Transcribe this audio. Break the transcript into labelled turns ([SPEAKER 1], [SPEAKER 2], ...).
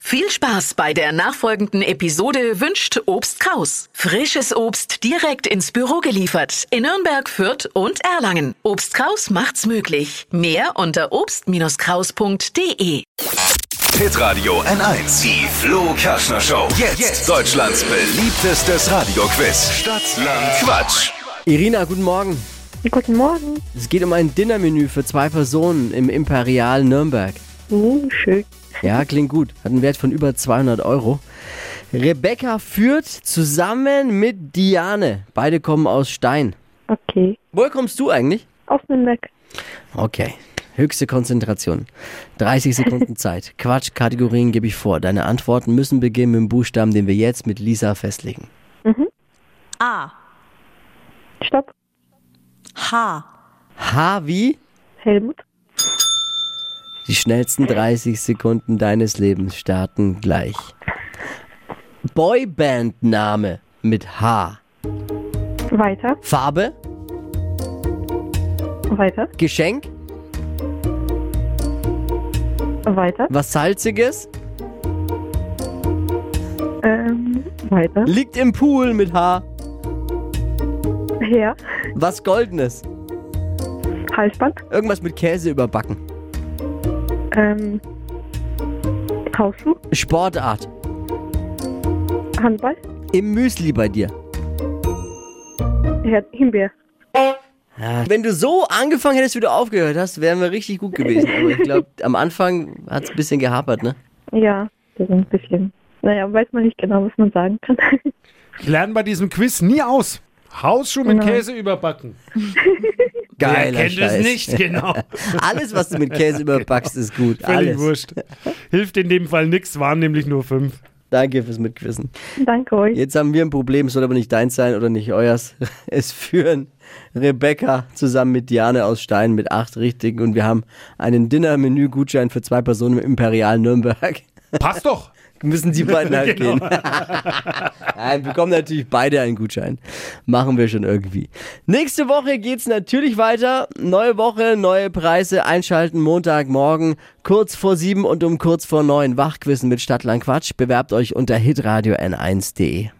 [SPEAKER 1] Viel Spaß bei der nachfolgenden Episode wünscht Obst Kraus. Frisches Obst direkt ins Büro geliefert in Nürnberg, Fürth und Erlangen. Obst Kraus macht's möglich. Mehr unter obst-kraus.de.
[SPEAKER 2] Pit Radio N1. Die Flo Kaschner Show. Jetzt. Deutschlands beliebtestes Radioquiz. Stadt, Land, Quatsch.
[SPEAKER 3] Irina, guten Morgen.
[SPEAKER 4] Guten Morgen.
[SPEAKER 3] Es geht um ein Dinnermenü für zwei Personen im Imperial Nürnberg.
[SPEAKER 4] Hm, schön.
[SPEAKER 3] Ja, klingt gut. Hat einen Wert von über 200 Euro. Rebecca führt zusammen mit Diane. Beide kommen aus Stein.
[SPEAKER 4] Okay.
[SPEAKER 3] Woher kommst du eigentlich?
[SPEAKER 4] Auf den Weg.
[SPEAKER 3] Okay. Höchste Konzentration. 30 Sekunden Zeit. Quatschkategorien gebe ich vor. Deine Antworten müssen beginnen mit dem Buchstaben, den wir jetzt mit Lisa festlegen.
[SPEAKER 5] A.
[SPEAKER 4] Stopp.
[SPEAKER 5] H.
[SPEAKER 3] H wie?
[SPEAKER 4] Helmut.
[SPEAKER 3] Die schnellsten 30 Sekunden deines Lebens starten gleich. Boyband-Name mit H.
[SPEAKER 4] Weiter.
[SPEAKER 3] Farbe,
[SPEAKER 4] Weiter.
[SPEAKER 3] Geschenk,
[SPEAKER 4] Weiter.
[SPEAKER 3] was Salziges,
[SPEAKER 4] Ähm, weiter.
[SPEAKER 3] liegt im Pool mit H,
[SPEAKER 4] Her.
[SPEAKER 3] was Goldenes,
[SPEAKER 4] Halsband.
[SPEAKER 3] irgendwas mit Käse überbacken,
[SPEAKER 4] Ähm, Hausschuh.
[SPEAKER 3] Sportart,
[SPEAKER 4] Handball.
[SPEAKER 3] im Müsli bei dir.
[SPEAKER 4] Her. Himbeer.
[SPEAKER 3] Wenn du so angefangen hättest, wie du aufgehört hast, wären wir richtig gut gewesen. Aber ich glaube, am Anfang hat es ein bisschen gehapert, ne?
[SPEAKER 4] Ja, das ist ein bisschen. Naja, weiß man nicht genau, was man sagen kann.
[SPEAKER 6] Ich lerne bei diesem Quiz nie aus. Hausschuh mit Käse überbacken. Wer
[SPEAKER 3] Geiler
[SPEAKER 6] kennt
[SPEAKER 3] Scheiß.
[SPEAKER 6] es nicht, genau.
[SPEAKER 3] Alles, was du mit Käse überbackst, ist gut.
[SPEAKER 6] Völlig
[SPEAKER 3] Alles.
[SPEAKER 6] wurscht. Hilft in dem Fall nichts, waren nämlich nur fünf.
[SPEAKER 3] Danke fürs Mitquissen.
[SPEAKER 4] Danke euch.
[SPEAKER 3] Jetzt haben wir ein Problem, soll aber nicht deins sein oder nicht euers. Es führen Rebecca zusammen mit Diane aus Stein mit acht richtigen und wir haben einen Dinner-Menü-Gutschein für zwei Personen im Imperial Nürnberg.
[SPEAKER 6] Passt doch.
[SPEAKER 3] Müssen die beiden halt gehen. Nein, bekommen natürlich beide einen Gutschein. Machen wir schon irgendwie. Nächste Woche geht's natürlich weiter. Neue Woche, neue Preise. Einschalten Montagmorgen kurz vor sieben und um kurz vor neun. Wachquissen mit Stadtland Quatsch. Bewerbt euch unter hitradio n1.de.